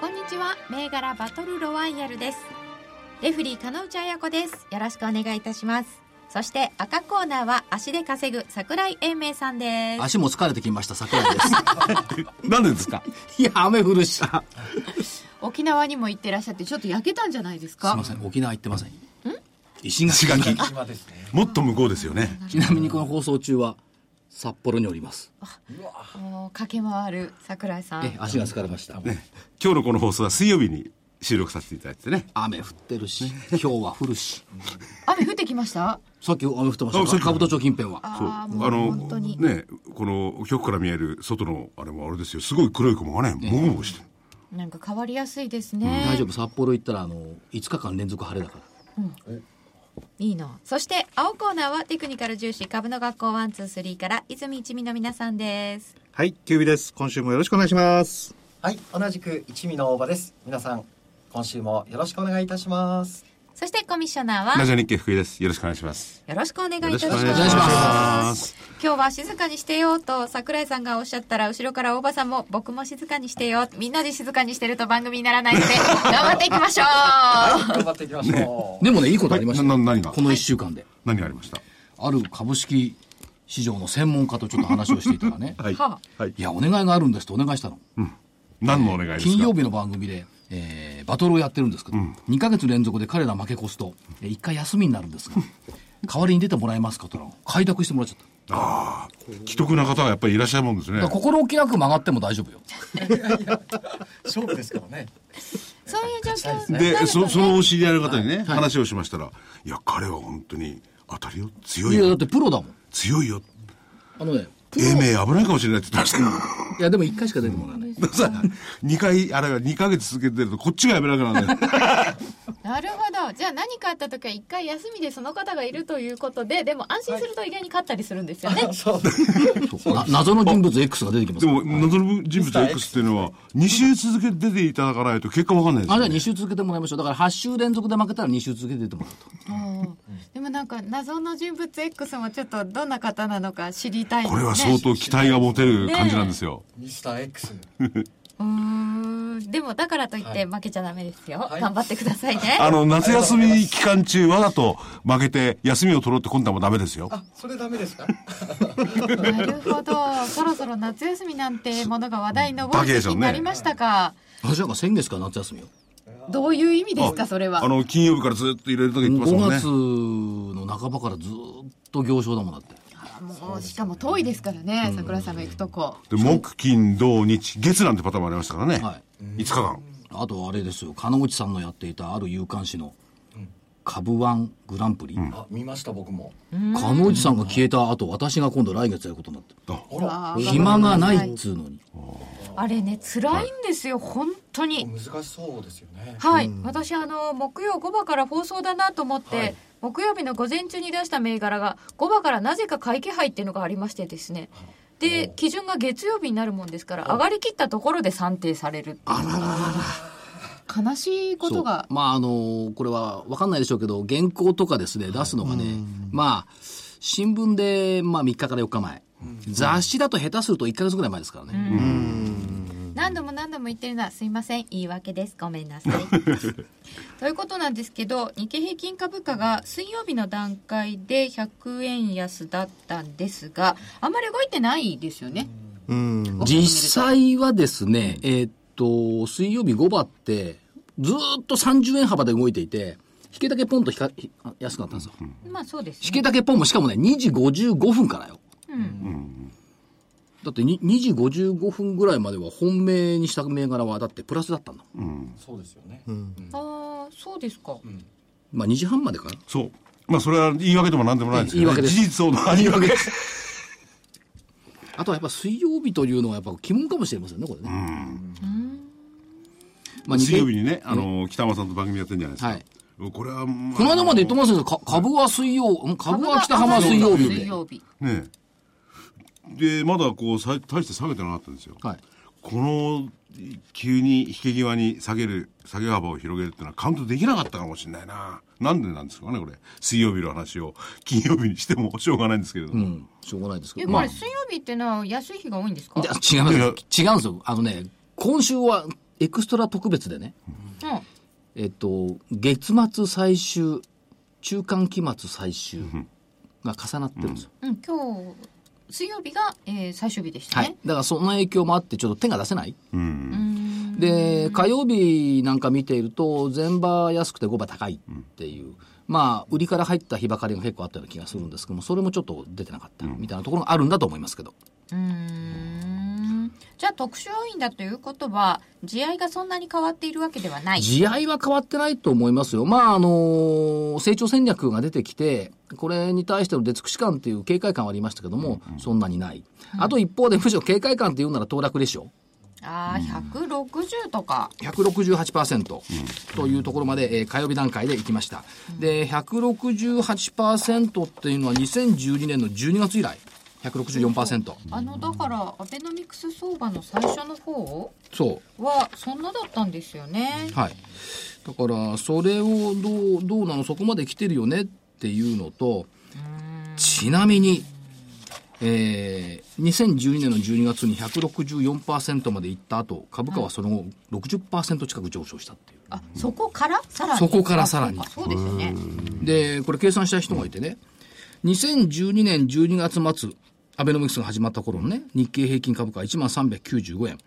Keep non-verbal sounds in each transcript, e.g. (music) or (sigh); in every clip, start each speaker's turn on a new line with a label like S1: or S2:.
S1: こんにちは銘柄バトルロワイヤルですレフリー金内彩子ですよろしくお願いいたしますそして赤コーナーは足で稼ぐ桜井英明さんです
S2: 足も疲れてきました桜井で
S3: なんでですか
S2: すいや雨降るしすい
S1: 沖縄にも行ってらっしゃってちょっと焼けたんじゃないですか
S2: ません沖縄行ってません石
S3: 石
S2: 垣
S3: 垣。もっと向こうですよね。
S2: ちなみにこの放送中は札幌におります
S1: もう駆け回る桜井さん、
S2: え足が疲れました
S3: 今日のこの放送は水曜日に収録させていただいてね。
S2: 雨降ってるし今日は降るし
S1: 雨降ってきました
S2: さっき雨降ってました
S3: あさ
S2: か
S3: っき
S2: 兜町近辺は
S3: そう。
S1: あ
S3: あ
S1: ーもう
S3: の
S1: 本当、に
S3: ね、この局から見える外のあれもあれですよ。すごい黒い雲がね、もごもごしてる。
S1: なんか変わりやすいですね、
S2: 大丈夫札幌行ったらあの5日間連続晴れだから
S1: いいなそして青コーナーはテクニカル重視株の学校ワンツースリーから泉一味の皆さんです
S4: はい、キュービです。今週もよろしくお願いします。
S5: はい、同じく一味の大場です。皆さん、今週もよろしくお願いいたします。
S1: そしてコミッショナー
S3: ラ
S1: は
S3: ジオ日経福井です。よろしくお願いします。
S1: よろしくお願いいたし
S3: よろ
S1: ます
S3: しくお願いします。
S1: 今日は静かにしてよと桜井さんがおっしゃったら後ろから大場さんも僕も静かにしてよみんなで静かにしてると番組にならない
S3: (laughs)
S1: ので頑張っていきましょう
S5: 頑張っていきましょう。
S2: でもねいいことありましたよ
S3: はいなな何が
S2: この1週間で
S3: 何がありました
S2: ある株式市場の専門家とちょっと話をしていたらね
S3: はい。
S1: は
S3: はい
S2: い。やお願いがあるんですとお願いしたの
S3: 何のお願いですか
S2: 金曜日の番組で、えーバトルをやってるんですけど、2ヶ月連続で彼ら負け越すと、え1回休みになるん
S3: (laughs)
S2: ですが、代わりに出てもらえますかとの開拓してもらっちゃった。
S3: 既得な方はやっぱりいらっしゃるもんですね
S2: だ。から心置きなく曲がっても大丈夫よ。
S5: (laughs) 勝負ですからね。
S1: そういう状況になると
S3: で、
S1: ね
S3: そそのお知り合いの方にね、話をしましたら、いや、彼は本当に当たりよ。強
S2: い
S3: い
S2: や、だっ
S3: よ。
S2: てプロだもん。
S3: 強いよ。
S2: あのね、プロ。
S3: 英明危ないかもしれないって言ってましたよ。
S2: いや、でも1回しか出てもらえない。
S3: さ2回、あれは2ヶ月続けてると、こっちがやめなくなるんだよ。
S1: なるほどじゃあ何かあった時は一回休みでその方がいるということででも安心すると意外に勝ったりするんですよね、
S5: そう。
S2: そうな謎の人物 X が出てきます
S3: で
S2: から。
S3: も、謎の人物 X っていうのは、2週続けて出ていただかないと結果わかんないです
S2: あ、じゃあ
S3: よ、
S2: 2
S3: ね。
S2: 週続けてもらいましょう。だから8週連続で負けたら2週続けて出てもらうと。
S1: うんでもなんか謎の人物 X もちょっとどんな方なのか知りたいです
S3: こ
S1: ね
S3: れは相当期待が持てる感じなんですよ。
S5: ミスター X。
S1: うーんでもだからといって負けちゃダメですよ、
S5: い
S1: 頑張ってくださいね
S3: あの、夏休み期間中、わざと負けて、休みを取ろうって今度はもうダメですよ。
S5: あ、それダメですか
S1: なるほど。そろそろ夏休みなんてものが話題に上る時期になりましたか。
S2: 私なんか先月から夏休みよ。
S1: どういう意味ですか、それは。
S3: あの、金曜日からずっと入れるとか言ってますも
S2: 5
S3: んね
S2: 月。の半ばからずーっと行商だもんだって。
S1: もうしかも遠いですからね、桜井さんが行くとこ。
S3: で木、金、土、日、月なんてパターンもありましたからね。
S2: はい
S3: 5日間。
S2: あとあれですよ金内さんのやっていたある有刊誌の「株ワングランプリ」
S5: あ、見ました、僕も。
S2: 金内さんが消えた後私が今度来月やることになって
S5: ほら、
S2: る暇がないっつうのに
S1: あれね、辛いんですよ、本当に。
S5: 難しそうですよね。
S1: はい、私あの木曜5話から放送だなと思って、木曜日の午前中に出した銘柄が5話からなぜか買い気配っていうのがありましてですねで基準が月曜日になるもんですから上がりきったところで算定されるあらららら悲しいこ
S2: そう
S1: とが
S2: まああのーこれは分かんないでしょうけど原稿とかですね出すのがねまあ新聞で、まあ、3日から4日前雑誌だと下手すると1か月ぐらい前ですからね
S1: 何度も何度も言ってるのはすいません言い訳ですごめん
S2: (laughs)
S1: なさいということなんですけど日経平均株価が水曜日の段階で100円安だったんですがあんまり動いてないですよね
S4: うん。
S2: 実際はですねえーっと水曜日5番ってずーっと30円幅で動いていて引けだけポンとひかひあ安くなったんですよ
S1: まあそうです
S2: 引
S1: ね
S2: けだけポンも、しかもね、2時55分からよ。だってに2時55分ぐらいまでは本命にした銘柄はだってプラスだったんだもん
S5: そうですよね。
S1: ああそうですか、
S2: まあ2時半までかな
S3: そう。まあ、それは言い訳でも何でもないんですけ
S2: 言い
S3: ど、
S2: 訳
S3: ね、
S2: です
S3: 事実を何言い訳です。
S2: あとはやっぱ水曜日というのはやっぱ鬼門かもしれませんねこれね、まあ
S3: 水曜日にね、あの、北山さんと番組やってるんじゃないですか。
S2: はい
S3: これは、
S2: こ
S3: こ
S2: の間まで言ってますけど、か株は水曜、うん株は北浜水曜日
S1: 水
S2: で。
S1: 曜日。
S3: ねえで、まだこう、さ大して下げてなかったんですよ。
S2: はい。
S3: この、急に引け際に下げる、下げ幅を広げるっていうのはカウントできなかったかもしれないな。なんでなんですかね、これ。水曜日の話を金曜日にしてもしょうがないんですけれど
S2: う
S3: も。
S2: ん。しょうがないですけ
S1: え、
S2: ど。
S1: こ
S2: まあ、
S1: れ
S2: い
S1: 水曜日ってのは安い日が多いんですか
S2: や違います
S3: い
S2: よ。違
S3: や
S2: うんですよ。あのね、今週はエクストラ特別でね、
S1: うん。
S2: えっと、月末最終、中間期末最終が重なってるんですよ。
S1: うん、今日、水曜日が、えー最終日でした
S2: は
S1: ね。
S2: い。だからその影響もあって、ちょっと手が出せない。
S3: うん。
S2: で、火曜日なんか見ていると、前場安くて5場高いっていう、まあ、売りから入った日ばかりが結構あったような気がするんですけども、それもちょっと出てなかったみたいなところがあるんだと思いますけど。
S1: うーん。じゃあ特殊要因だということは、地合いがそんなに変わっているわけではない。
S2: 地合いは変わってないと思いますよ。まあ、あの、成長戦略が出てきて、これに対しての出尽くし感っていう警戒感はありましたけども、そんなにない。あと一方で、むしろ警戒感って言うなら騰落レシオ。
S1: ああ、160とか。
S2: 168%というところまで、えー火曜日段階で行きました。で、168%っていうのは2012年の12月以来、164%。
S1: あの、だから、アベノミクス相場の最初の方
S2: そう。
S1: は、そんなだったんですよね。
S2: はい、だからそれをどうどうなのそこまで来てるよねっていうのとちなみに、えー、2012年の12月に164%までいった後株価はその後60%近く上昇したっていう。
S1: あ、そこからさらに。
S2: そこからさらに
S1: あそうかそうですよね。
S2: でこれ計算した人がいてね2012年12月末アベノミクスが始まった頃のね日経平均株価1万395円、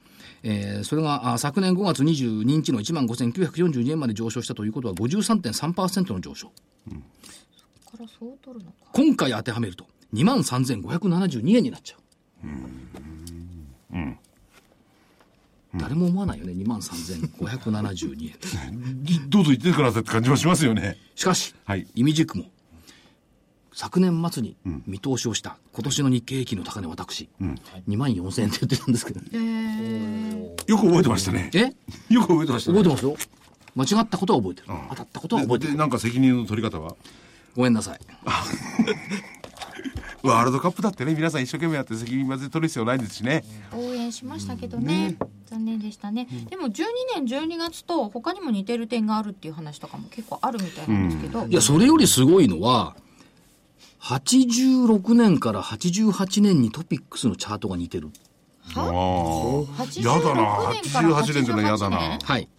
S2: えーそれがあ昨年5月22日の1万5942円まで上昇したということは53.3%の上昇
S1: ここからそう取るのか。
S2: 今回当てはめると2万3572円になっちゃう誰も思わないよね2万3572円
S3: じどうぞ言ってくださいって感じもしますよね。
S2: しかし、
S3: はい
S2: 意味軸も昨年末に見通しをした、今年の日経平均の高値私、2万4000円って言ってたんですけど、
S1: えー、
S3: よく覚えてましたね。
S2: (laughs) え
S3: よく覚えてましたね。
S2: 覚えてますよ間違ったことは覚えてる、当たったことは覚えて
S3: でで
S2: る
S3: なんか責任の取り方は
S2: ごめんなさい
S3: ワールドカップだってね、皆さん一生懸命やって責任まで取る必要ないですしね。
S1: 応援しましたけどね残念でしたね、でも12年12月と他にも似てる点があるっていう話とかも結構あるみたいなんですけど、
S2: いやそれよりすごいのは86年から88年にトピックスのチャートが似てる
S3: ああ。
S1: 86
S3: やだな。
S1: 年から
S3: 88年ってのはやだ
S1: 88
S3: な
S1: 年。
S2: はい、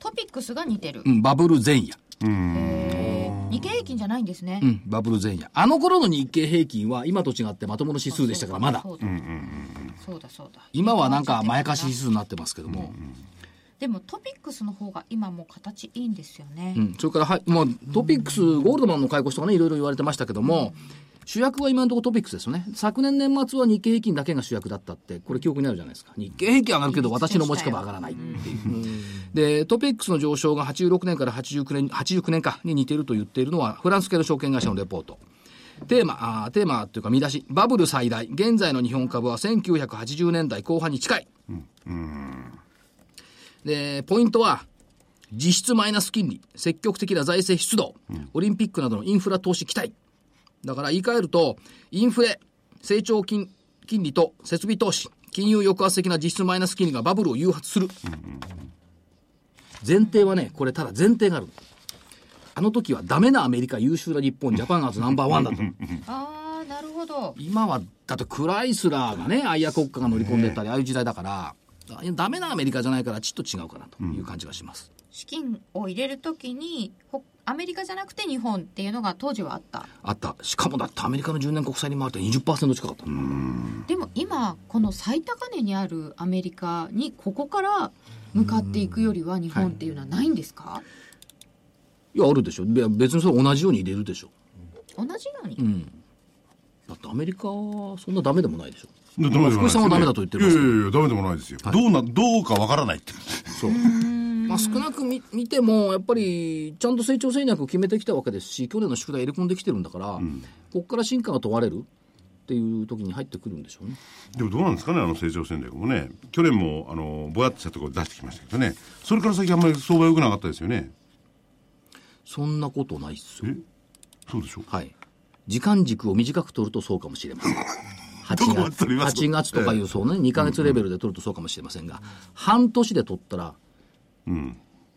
S1: トピックスが似てる、
S2: うん、バブル前夜
S1: えー日経平均じゃないんですね、
S2: うん、バブル前夜あの頃の日経平均は今と違ってまともな指数でしたからまだ
S1: そうだ、そうだそうだ
S2: 今はなんかまやかし指数になってますけども、
S1: でもトピックスの方が今もう形いいんですよね、
S2: うん、それから、はい、まあ、トピックス、ゴールドマンの解雇とかね、いろいろ言われてましたけども、主役は今のところトピックスですよね。昨年年末は日経平均だけが主役だったって、これ記憶にあるじゃないですか。日経平均上がるけど、私の持ち株上がらないっていう。で、トピックスの上昇が86年から89年、89年かに似てると言っているのは、フランス系の証券会社のレポート。テーマ、あーテーマというか見出し、バブル最大、現在の日本株は1980年代後半に近い。で、ポイントは、実質マイナス金利、積極的な財政出動、オリンピックなどのインフラ投資期待。だから言い換えると、インフレ、成長金金利と設備投資、金融抑圧的な実質マイナス金利がバブルを誘発する。前提はね、これただ前提がある。あの時はダメなアメリカ、優秀な日本、ジャパンアーズナンバーワンだと。
S1: ああなるほど
S2: 今は、だってクライスラーがね、アイア国家が乗り込んでったり、ああいう時代だから、あダメなアメリカじゃないから、ちょっと違うかなという感じがします。
S1: 資金を入れるときにほアメリカじゃなくて日本っていうのが当時はあった
S2: あった。しかもだってアメリカの10年国債に回って20%近かった。
S1: でも今この最高値にあるアメリカにここから向かっていくよりは日本っていうのはないんですか、
S2: いや、あるでしょ。べ別にそれ同じように入れるでしょ。
S1: 同じように、
S2: だってアメリカはそんなダメでもないでしょ。
S3: ダメでもないですよ
S2: 福
S3: ね
S2: 井さんはダメだと言ってるん
S3: い
S2: で
S3: や
S2: す
S3: い
S2: よ
S3: やいや、ダメでもないですよ。どうな、どうかわからないって。
S2: そう。まあ少なく見見ても、やっぱり、ちゃんと成長戦略を決めてきたわけですし、去年の宿題入れ込んできてるんだから、ここから進化が問われる。っていう時に入ってくるんでしょうね。
S3: (laughs) でもどうなんですかね、あの成長戦略もね。去年も、あの、ぼやっとしたところ出してきましたけどね。それから先あんまり相場良くなかったですよね。
S2: そんなことないっすよ
S3: え。そうでしょ
S2: はい。時間軸を短く取るとそうかもしれま
S3: (laughs)
S2: せん。
S3: どこまで取り
S2: 8
S3: ます
S2: 月 ,8 月とかいうそうね、2ヶ月レベルで取るとそうかもしれませんが、半年で取ったら、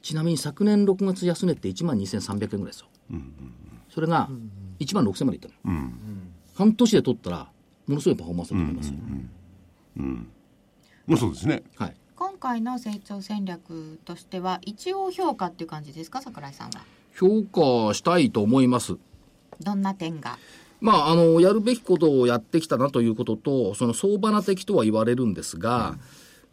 S2: ちなみに昨年6月安値って1万2300円ぐらいですよ。それが1万6000までいったの、半年で取ったら、ものすごいパフォーマンスだと思いますよ。
S3: まあそうですね。
S2: はい。
S1: 今回の成長戦略としては一応評価っていう感じですか桜井さんは
S2: 評価したいと思います。
S1: どんな点が
S2: まあ、あの、やるべきことをやってきたなということと、その相場な敵とは言われるんですが、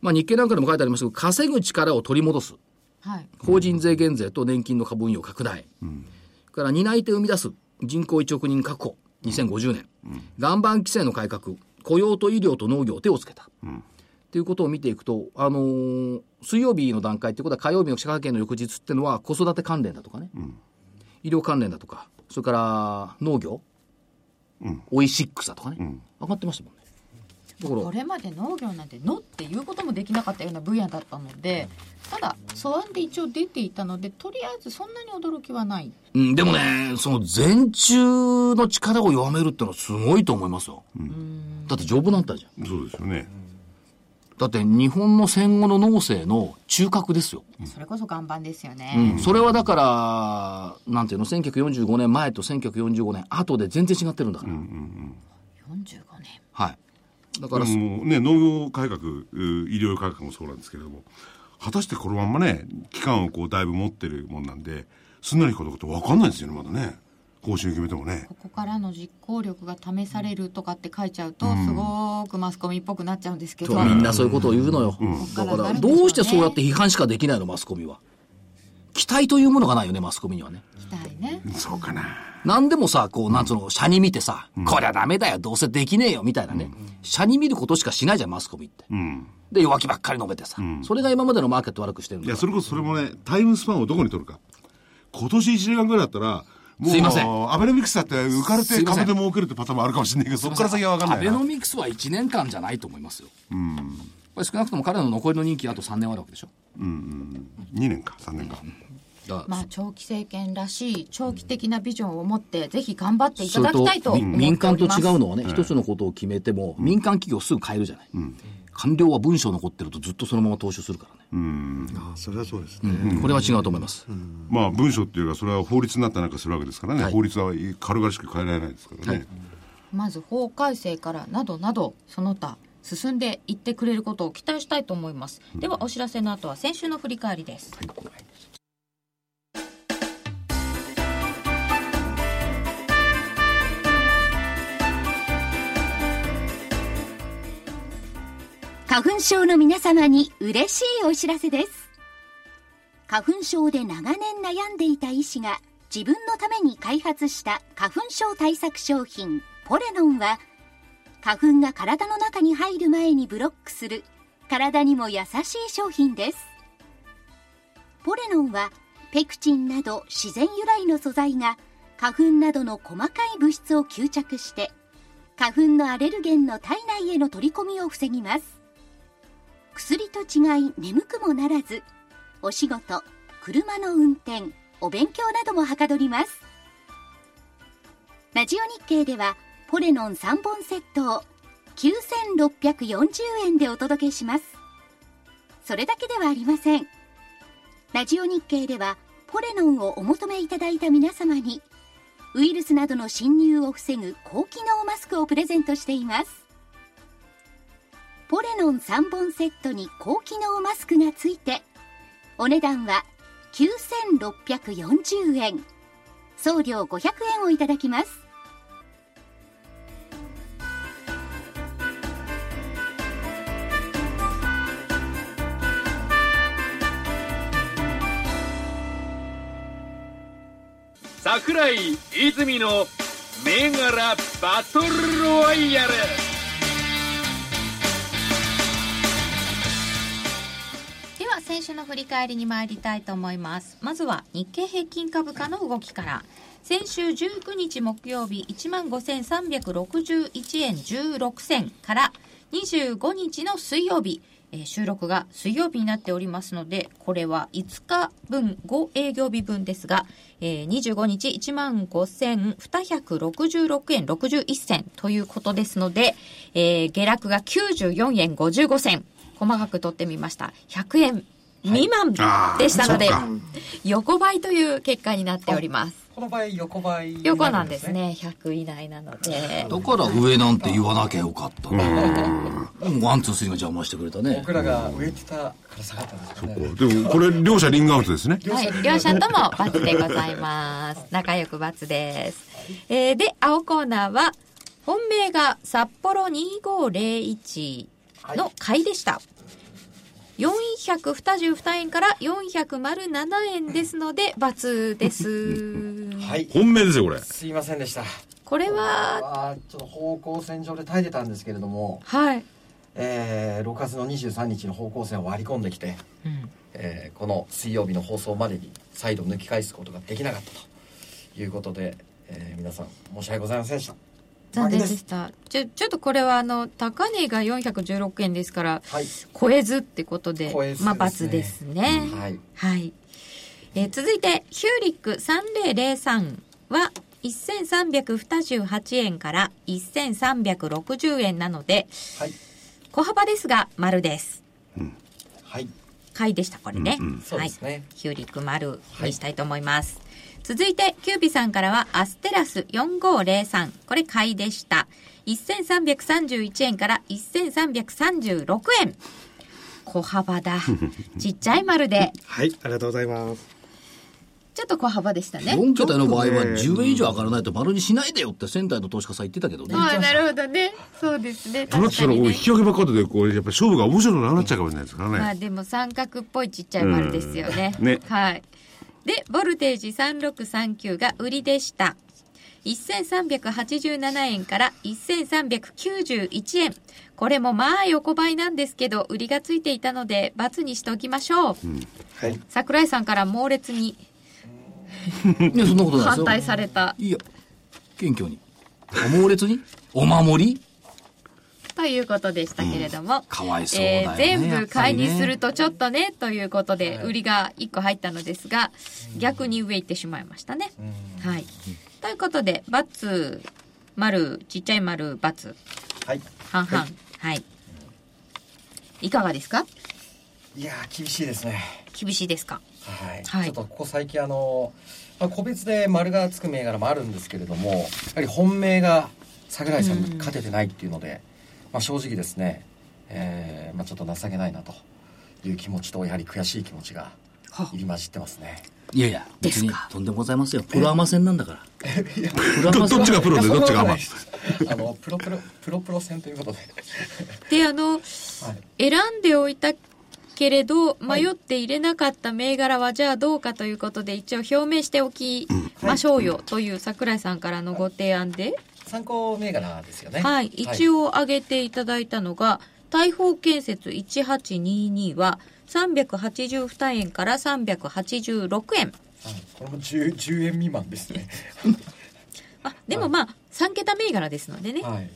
S2: まあ、日経なんかでも書いてありますけど、稼ぐ力を取り戻す。
S1: はい
S2: 法人税減税と年金の株運用拡大。それから担い手生み出す人口1億人確保。2050年。岩盤規制の改革。雇用と医療と農業を手をつけた。っていうことを見ていくと、あのー水曜日の段階ってことは火曜日の記者会見の翌日ってのは子育て関連だとかね、医療関連だとか、それから農業、オイシックスだとかね、上がってましたもんね。だから
S1: これまで農業なんて「の」っていうこともできなかったような分野だったのでただ素案で一応出ていたのでとりあえずそんなに驚きはない
S2: うん、でもね、その全中の力を弱めるってのはすごいと思いますよ。だって丈夫なんてあるじゃん。
S3: そうですよね。
S2: だって日本の戦後の農政の中核ですよ。
S1: それこそ岩盤ですよね、
S2: それはだから、なんていうの、1945年前と1945年後で全然違ってるんだから。
S1: 45年
S2: はい。だか
S3: だ
S2: ら、
S3: からもうね、農業改革、う医療改革もそうなんですけれども、果たしてこのまんまね、期間をこうだいぶ持ってるもんなんで、すんなりいくかどうかって分かんないですよね、まだね。方針を決めてもね。
S1: ここからの実行力が試されるとかって書いちゃうと、すごくマスコミっぽくなっちゃうんですけど、
S2: とみんなそういうことを言うのよ。だ
S1: ここから
S2: から、
S1: なるん
S2: ど
S1: でしょうね
S2: うしてそうやって批判しかできないの、マスコミは。期待というものがないよね、マスコミにはね。
S1: 期待ね
S3: そうかな。
S2: 何でもさ、こう、なんつうの、社に見てさ、こりゃダメだよ、どうせできねえよ、みたいなね。社に見ることしかしないじゃん、マスコミって。
S3: うん。
S2: で、弱気ばっかり述べてさ。それが今までのマーケットを悪くしてるん
S3: い
S2: だ
S3: や、
S2: か
S3: それこそそれもね、タイムスパンをどこに取るか。今年1年間ぐらいだったら、もう、
S2: すいません
S3: アベノミクスだって浮かれ
S2: す
S3: て
S2: いません
S3: 株で儲けるってパターンもあるかもしれないけど、そこから先は分
S2: ら。
S3: か
S2: ア
S3: ん
S2: ベ
S3: ない
S2: ノ
S3: な。
S2: ミクスは1年間じゃないと思いますよ。やっぱり少なくとも彼の残りの任期あと3年はあるわけでしょ。
S3: 2年か、3年か。
S2: だから
S1: まあ長期政権らしい長期的なビジョンを持ってぜひ頑張っていた
S2: それ
S1: だきたいと思っております
S2: 民間と違うのはね、一つのことを決めても、民間企業すぐ変えるじゃない。官僚は文章残ってるとずっとそのまま投資するからね。
S4: ああ、それはそうですね。
S2: これは違うと思います。
S3: まあ、文書っていうか、それは法律になったりなんかするわけですからね。
S2: はい
S3: 法律は軽々しく変えられないですからね。
S1: まず法改正からなどなどその他進んでいってくれることを期待したいと思います、ではお知らせの後は先週の振り返りです、
S6: 花粉症の皆様に嬉しいお知らせです。花粉症で長年悩んでいた医師が自分のために開発した花粉症対策商品ポレノンは花粉が体の中に入る前にブロックする体にも優しい商品です。ポレノンはペクチンなど自然由来の素材が花粉などの細かい物質を吸着して花粉のアレルゲンの体内への取り込みを防ぎます。薬と違い眠くもならずお仕事車の運転お勉強などもはかどりますラジオ日経ではポレノン3本セットを9640円でお届けしますそれだけではありませんラジオ日経ではポレノンをお求めいただいた皆様にウイルスなどの侵入を防ぐ高機能マスクをプレゼントしていますポレノン3本セットに高機能マスクがついてお値段は9640円送料500円をいただきます
S7: 桜井泉の銘柄バトルロワイヤル
S1: では先週の振り返りに参りたいと思いますまずは日経平均株価の動きから先週19日木曜日1万5361円16銭から25日の水曜日えー収録が水曜日になっておりますので、これは5日分、5営業日分ですが、えー25日1万5266円61銭ということですので、えー下落が94円55銭、細かく取ってみました。100円未満
S3: あー
S1: でしたので、
S3: そっか
S1: 横ばいという結果になっております。
S5: この場合横ばい
S1: 横なんですね、100以内なので。
S2: だから上なんて言わなきゃよかったな。ワン、ツー、スリーが邪魔してくれたね
S5: 僕。らが上行ってたから下がったんですよね
S3: でもこれ両者リングアウトですね
S1: はい、両者とも×でございます。仲良く×です。えーで、青コーナーは、本命が札幌2501の買いでした。422円から407円ですので、×
S5: (laughs)
S1: です。
S5: はい
S8: 本命ですよこれ
S5: すいませんでした
S1: これは、
S5: あーちょっと方向線上で耐えてたんですけれども、
S1: はい。
S5: えー6月の23日の方向線を割り込んできて、えーこの水曜日の放送までに再度抜き返すことができなかったということで、えー皆さん申し訳ございませんでした
S1: 残念で
S5: 負け
S1: した。ちょ、ちょっとこれはあの、高値が416円ですから、
S5: はい
S1: 超えずってことで、
S5: 超えず
S1: まあ、
S5: ですね
S1: ×ですね。
S5: すはい
S1: はい。えー続いて、ヒューリック3003は、1328円から1360円なので、
S5: はい
S1: 小幅ですが、丸です。
S5: はい
S1: 買いでした、これね。
S5: そうですね
S1: ヒューリック丸にしたいと思います。続いて、キューピさんからは、アステラス4503。これ、買いでした。1331円から1336円。小幅だ。ちっちゃい丸で。
S4: はい、ありがとうございます。
S1: ちょっと小幅でしたね。
S2: 4桁の場合は10円以上上がらないと丸にしないでよって仙台の投資家さん言ってたけどね。
S1: ああ、なるほどね。そうですね。
S3: トラッ
S1: 確
S3: ク
S1: か
S3: さんの
S1: に
S3: 引
S1: ね。
S3: き分けばっかりでこれやっぱ勝負が面白くなくなっちゃうかもしれないですからね、
S1: まあでも三角っぽいちっちゃい丸ですよね。
S8: うんね
S1: はい。で、ボルテージ3639が売りでした。1387円から1391円。これもまあ横ばいなんですけど、売りがついていたので、×にしておきましょう。
S4: はい。
S1: 桜井さんから猛烈に
S2: いや、そんなことないですよ。
S1: 反対された
S2: いや、謙虚に。お猛烈にお守り
S1: ということでしたけれども。
S2: かわいそうだ
S1: え
S2: よね。
S1: ー全
S2: やっ
S1: 部
S2: ぱ
S1: 買い
S2: りね
S1: にするとちょっとねということで売りが1個入ったのですが逆に上行ってしまいましたね。はい、ということでバツ丸ちっちゃい丸バツ
S5: はい
S1: 半々はい、い、かがですか
S5: いやー厳しいですね
S1: 厳しいですか
S5: はい、
S1: はい
S5: ちょっとここ最近あの、まあ、個別で丸がつく銘柄もあるんですけれどもやはり本命が桜井さんに勝ててないっていうので、まあ、正直ですね、えーまあ、ちょっと情けないなという気持ちとやはり悔しい気持ちが入り混じってますね
S2: いやいや、別にとんでもございますよ。プロアマ戦なんだから。プロア
S3: (laughs) ど
S2: マ
S3: ど
S2: 戦
S3: っちがプロでどっちがアマ
S5: あのプロプロプロプロ戦ということで、
S1: であの
S5: はい、
S1: 選んでおいたけれど迷って入れなかった銘柄はじゃあどうかということで一応表明しておきましょうよという桜井さんからのご提案で。
S5: 参考銘柄ですよね
S1: はい、一応挙げていただいたのが、大砲建設1822は382円から386円。
S5: はいこれも 10, 10円未満ですね
S1: あ、でもまあ、3桁銘柄ですのでね。
S5: はい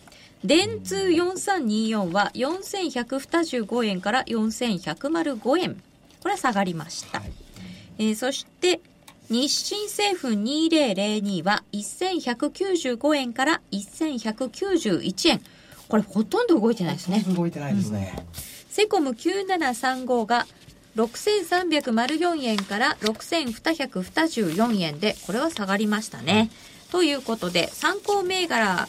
S1: 電通4324は4125円から4105円。これは下がりました。えーそして、日清製粉2002は1195円から1191円。これほとんど動いてないですね。
S5: 動いてないですね、
S1: セコム9735が6304円から6224円で、これは下がりましたね。ということで、参考銘柄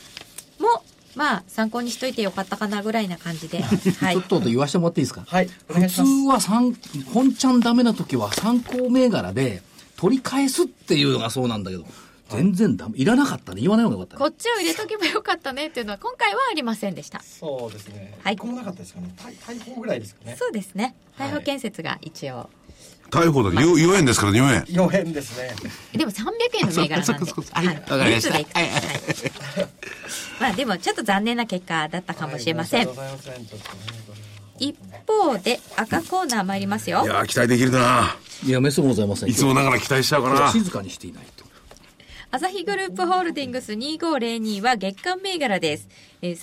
S1: も、まあ、参考にしといてよかったかなぐらいな感じで。は
S2: ちょ
S1: い
S2: っ。と言わせてもらっていいですか
S5: はいお願
S2: 普
S5: いし
S2: 通
S5: ます
S2: は三本ちゃんダメな時は参考銘柄で取り返すっていうのがそうなんだけど、全然ダメ。いらなかったね。言わない方がよかった
S1: こ
S2: ね。
S1: っちを入れとけばよかったねっていうのは今回はありませんでした。
S5: そうですね。
S1: はい
S5: 一個もなかったですかね。大大砲ぐらいですかね。
S1: そうですね。
S5: はい
S1: 逮捕建設が一応。
S3: 逮捕だけよ4円ですから4円
S5: 四円ですね。
S1: でも300円の銘柄なんで。はい。わかりました。はい。まあでもちょっと残念な結果だったかもしれません
S5: は。い申し訳ございません。ちょっとねこれは
S1: 一方で赤コーナー参りますよ
S3: い。やー期待できるない
S2: や、めそうもございません。
S3: いつもながら期待しちゃうか
S2: 今日は
S3: な
S2: 静かにしていないと。
S1: アサヒグループホールディングス2502は月間銘柄です。えー、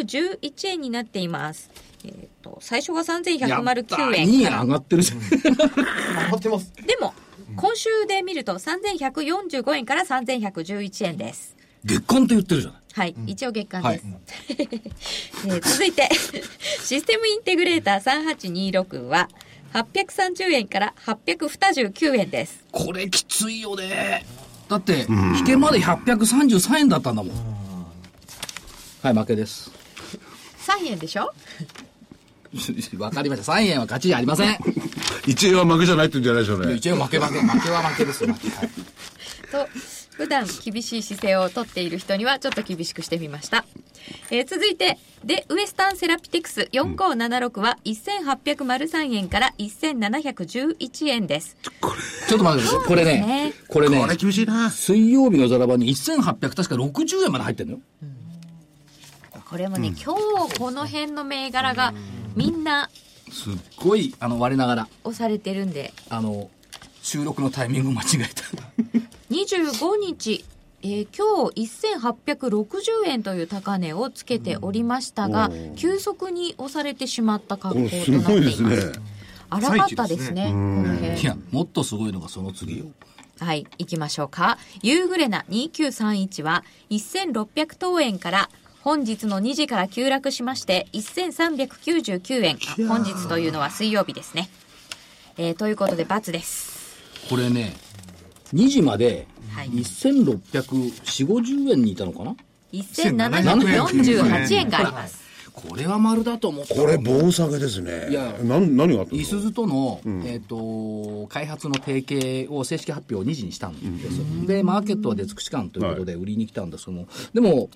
S1: 3111円になっています。えっ、と、最初が3109円。
S2: いや、上がってるじゃん。
S5: 張ってます。
S1: でも、今週で見ると3145円から3111円です。
S2: 月間って言ってるじゃない。
S1: はい、一応月間です。 (laughs) えー続いて、 (laughs) システムインテグレーター3826は、830円から829円です。
S2: これきついよね。だって、引けまで833円だったんだもん。はい、負けです。
S1: 3円でしょ
S2: わかりました。3円は勝ちじゃありません。
S3: 1円は負けじゃないって言うんじゃないでしょうね
S2: 一応負け負け、負けは負けですよ。負けはい
S1: と普段厳しい姿勢をとっている人にはちょっと厳しくしてみました、えー続いてでウエスタンセラピティクス4576は1803円から1711円です
S2: ちょっと待ってください。これね
S1: ね、
S2: これね
S3: これ、厳しいな
S2: 水曜日のザラバに1800確か60円まで入ってるのよ。
S1: これもね、今日この辺の銘柄がみんな
S2: すっごい、あの、我ながら、
S1: 押されてるんで
S2: あの、収録のタイミング間違えた。
S1: 25日えー今日1860円という高値をつけておりましたが、急速に押されてしまった格好となっています荒かったですね、この辺。
S2: いや、もっとすごいのがその次よ。
S1: はい、行きましょうか。夕暮れな2931は1600等円から本日の2時から急落しまして1399円。あ本日というのは水曜日ですね。えーということで×です。
S2: これね、2時まで
S1: はい
S2: 1640、50円にいたのかな
S1: 1748円があります。
S2: これは丸だと思う。
S3: これ棒下げですね
S2: いや
S3: なん何があったん
S2: い
S3: です
S2: す
S3: か
S2: ゞとの、えっ、と、開発の提携を正式発表を2時にしたんですよ。で、マーケットは出尽くし感ということで売りに来たんですけども、でも、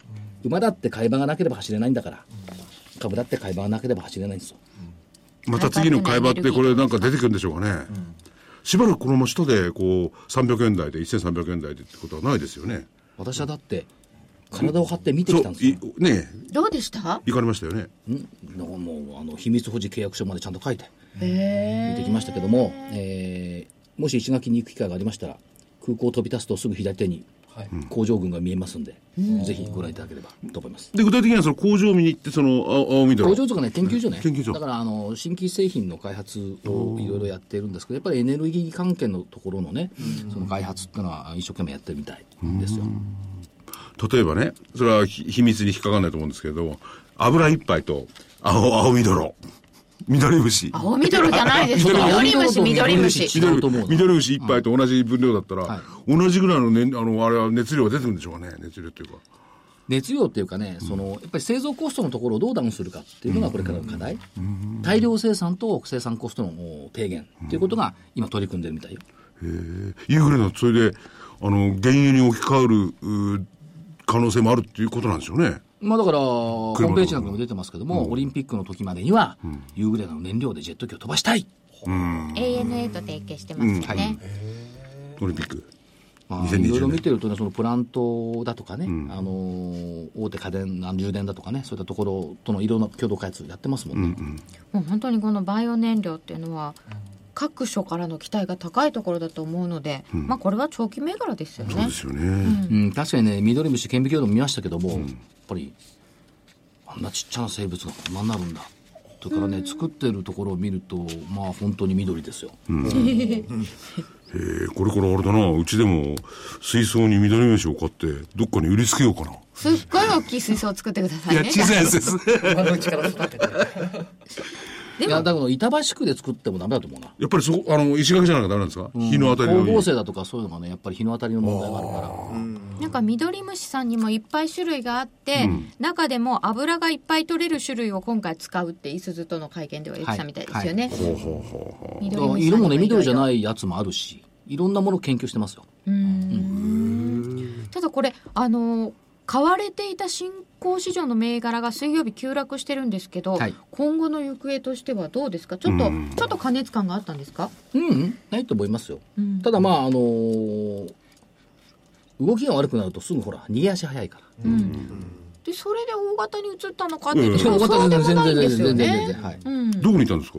S2: 馬だって買い場がなければ走れないんだから、株だって買い場がなければ走れないんですよ。
S3: また次の買い場ってこれなんか出てくるんでしょうかね、しばらくこのまま下でこう300円台で1300円台でってことはないですよね
S2: 私はだって、体を張って見て
S3: そ
S2: き
S3: う
S2: たんですよ
S3: い。ねえ
S1: どうでした
S3: 行かれましたよね
S2: だからもうあの秘密保持契約書までちゃんと書いて見てきましたけども、えーもし石垣に行く機会がありましたら空港を飛び立つとすぐ左手に工場群が見えますんで、ぜひご覧いただければと思います。
S3: で具体的にはその工場を見に行ってその青青緑
S2: 工場とかね、研究所ね。
S3: 研究所
S2: だから、あの、新規製品の開発をいろいろやってるんですけど、やっぱりエネルギー関係のところのね、その開発っていうのは一生懸命やってるみたいですよ。
S3: 例えばねそれはひ秘密に引っかかんないと思うんですけれども油一杯と青青みどろ緑虫
S9: 青緑じゃないです。緑虫、緑虫。
S2: 違うと思うな。
S3: 緑虫一杯と同じ分量だったら、
S2: は
S3: 同じぐらいの,、ね、あのあれは熱量が出てくるんでしょうかね熱量っていうか
S2: 熱量っていうかね、そのやっぱり製造コストのところをどうダウンするかっていうのがこれからの課題、大量生産と生産コストのお低減っていうことが今取り組んでるみたいよ、
S3: 夕暮れのそれであの原油に置き換えるうー可能性もあるっていうことなんですよね
S2: まあ、だからホームページなんかにも出てますけども、オリンピックの時までには、夕暮れの燃料でジェット機を飛ばしたい、
S1: ANA と提携してますよね。
S3: オリンピック
S2: まあ、
S3: 2020年
S2: いろいろ見てるとねそのプラントだとかね、あのー大手家電あの充電だとかねそういったところとのいろんな共同開発やってますもんね、
S9: もう本当にこのバイオ燃料っていうのは各所からの期待が高いところだと思うので、まあこれは長期銘柄ですよ
S3: そう
S9: ね
S3: で。すよね、
S2: うん、確かにね、緑虫顕微鏡でも見ましたけども、やっぱり、あんなちっちゃな生物がこんなになるんだ。だからね、作ってるところを見ると、まあ本当に緑ですよ。
S3: えーこれからあれだなうちでも水槽に緑飯を買ってどっかに売りつけようかな
S9: すっごい大きい水槽を作ってくださいね。
S3: いやです
S5: 今のうちから育てて。
S2: いや、だから板橋区で作ってもダメだと思うな。
S3: (laughs) やっぱりそこあの石垣じゃなきゃダメなんですか、日の当たりの
S2: 光合成だとかそういうのがね、やっぱり日の当たりの問題があるから。
S9: なんか緑虫さんにもいっぱい種類があって、中でも油がいっぱい取れる種類を今回使うっていすずとの会見では言ってたみたいですよね。
S2: だ
S9: 緑虫
S2: から
S9: さんに
S2: 色もね、緑じゃ
S9: い
S2: ないやつもあるし、いろんなものを研究してますよ。
S9: ろいろ。ただこれあのー買われていた新興市場の銘柄が水曜日急落してるんですけど、
S2: はい
S9: 今後の行方としてはどうですか。ちょっとちょっと過熱感があったんですか。
S2: うん、うん、ないと思いますよ。ただまあ、あのー動きが悪くなるとすぐほら、逃げ足早いから。
S9: でそれで大型に移ったのかっていう
S3: うん
S9: と、
S2: (laughs)
S9: そうでもないんですよね。
S2: はい。
S9: うん、
S3: どこにいたんですか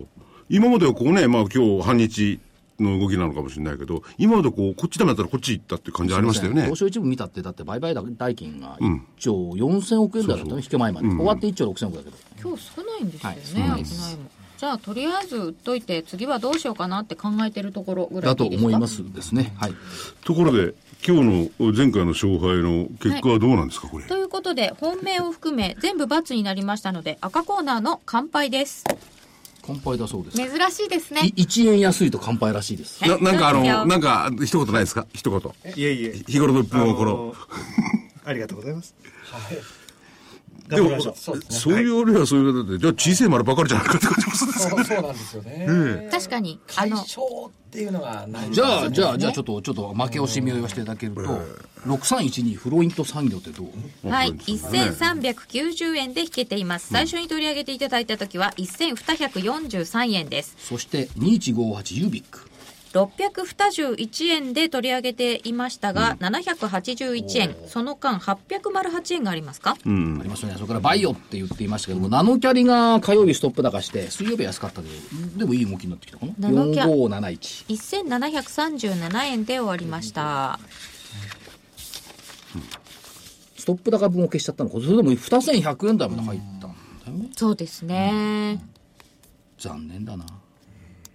S3: 今まではこうね、まあ今日半日の動きなのかもしれないけど、今までこう、こっちダメだったらこっち行ったって感じありましたよね。
S2: 東証一部見たって、だって売買代金が
S3: うん
S2: 1兆4000億円台だったの、引け前まで。
S3: うん
S2: 終わって1兆6000億だけど。
S1: 今日少ないんですよね、
S2: は
S1: 危ないもんじゃあとりあえず売っといて次はどうしようかなって考えてるところぐら
S2: だ
S1: い
S2: と
S1: でいいですか
S2: 思いますですね。はい。
S3: ところで、今日の前回の勝敗の結果はどうなんですか、これ。
S1: ということで本命を含め全部×になりましたので赤コーナーの乾杯です
S2: 乾杯だそうです。
S9: 珍しいですね。
S2: 1円安いと乾杯らしいです。
S3: ななんかあの、
S1: そうですよ
S3: なんか一言ないですか一言。
S4: いえいえ。
S3: 日頃の分をこの、
S4: (laughs) ありがとうございます。
S3: で
S4: 頑
S3: も
S4: 張りましょう。
S3: そう,、いうよりはそういう方で、じゃあ小さい丸ばかりじゃないかって感じもするんですけ
S5: そうそうなんですよね。
S1: 確かにあ
S5: 解
S1: の
S5: 消っていうのがない
S2: じゃあ、じゃあ、じゃあ、ちょっと、ちょっと負け惜しみを言わせていただけると、6312フロイント産業ってどう
S3: ど。
S1: はい、
S3: そうですね
S1: 1390円で引けています最初に取り上げていただいた時は1243円です
S2: そして2158ユービック。
S1: 621円で取り上げていましたが、781円その間808円がありますか
S3: うん
S2: あ。りますよね。それからバイオって言っていましたけども、ナノキャリが火曜日ストップ高して、水曜日は安かったんで、でもいい動きになってきたかな。
S1: ナノキャ
S2: 4571。
S1: 1737円で終わりました
S2: ストップ高分を消しちゃったのか、それでも2100円台まで入ったんだよね。
S1: そうですね、
S2: 残念だな。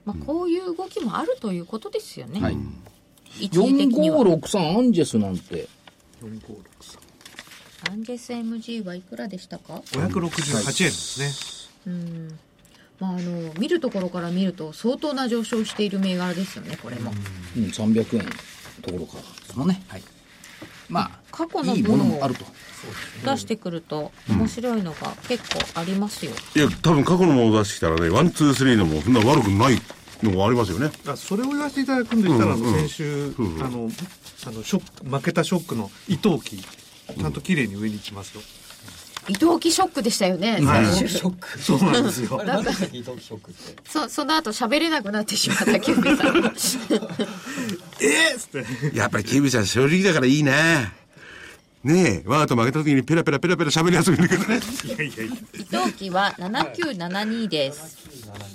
S1: まあ、こういう動きもあるということですよね、
S2: はい。
S1: 一時的には
S2: 4563アンジェスなんて、
S1: アンジェス MG はいくらでしたか
S4: 五百六十八円ですね。
S1: うんまあ、あの見るところから見ると相当な上昇している銘柄ですよねこれも
S2: うん、300円のところからですもんね。はい。まあ、
S1: 過去の
S2: いいもの
S1: 分
S2: もあ
S1: を
S2: ると。
S1: 出してくると面白いのが結構ありますよ、
S3: いや、多分過去のものを出してきたらね、ワン、ツー、スリーのも、そんな悪くないのがありますよね。
S4: あそれを言わせていただくんでしたら、あ
S3: うんう
S4: の
S3: ん
S4: 先週、
S3: うんうん
S4: あの、あの、ショック、負けたショックの伊藤期、ちゃんと綺麗に上に行きますよ。
S9: 伊藤記ショックでしたよね。
S4: はい
S9: 最
S5: シ
S9: 初
S5: ョック。
S4: そうなんですよ。
S5: なんか伊藤ショックって。
S9: そその後喋れなくなってしま
S4: (laughs)
S9: ったキュウリさん。
S4: えっつって。
S3: やっぱり警備者は正直だからいいね。ねえ、わざと負けた時にペラペラペラペラ喋り始めるけどね。
S4: いやいやいや。
S1: 伊藤期は7972です、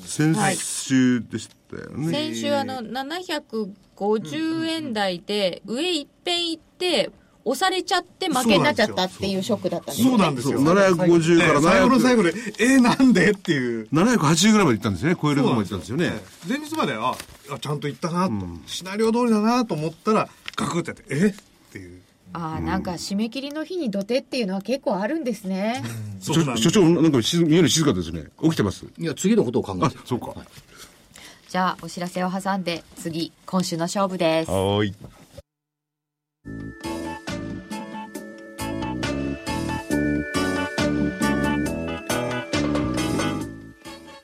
S3: 先週でしたよね。
S1: 先週あの750円台で上いっぺん行って押されちゃって負けになっちゃったっていうショックだったんです
S4: そうなんですよ。
S3: 750から
S4: ね最後の最
S3: 700
S4: 後で、えー、なんでっていう。
S3: 780ぐらいまで行ったんですね。超えるとこまで行ったんですよね。
S4: 前日まではあちゃんと行ったなと、シナリオ通りだなと思ったらガクってやってえっていう
S9: ああ、なんか締め切りの日に土手っていうのは結構あるんですね。
S3: ち
S4: そ
S3: ょ
S4: うなんです
S3: 所長、なんか静家に静かですね。起きてます。
S2: いや、次のことを考え
S3: あ
S2: てる、。
S3: そうか。
S9: じゃあお知らせを挟んで次今週の勝負です。
S3: はーい。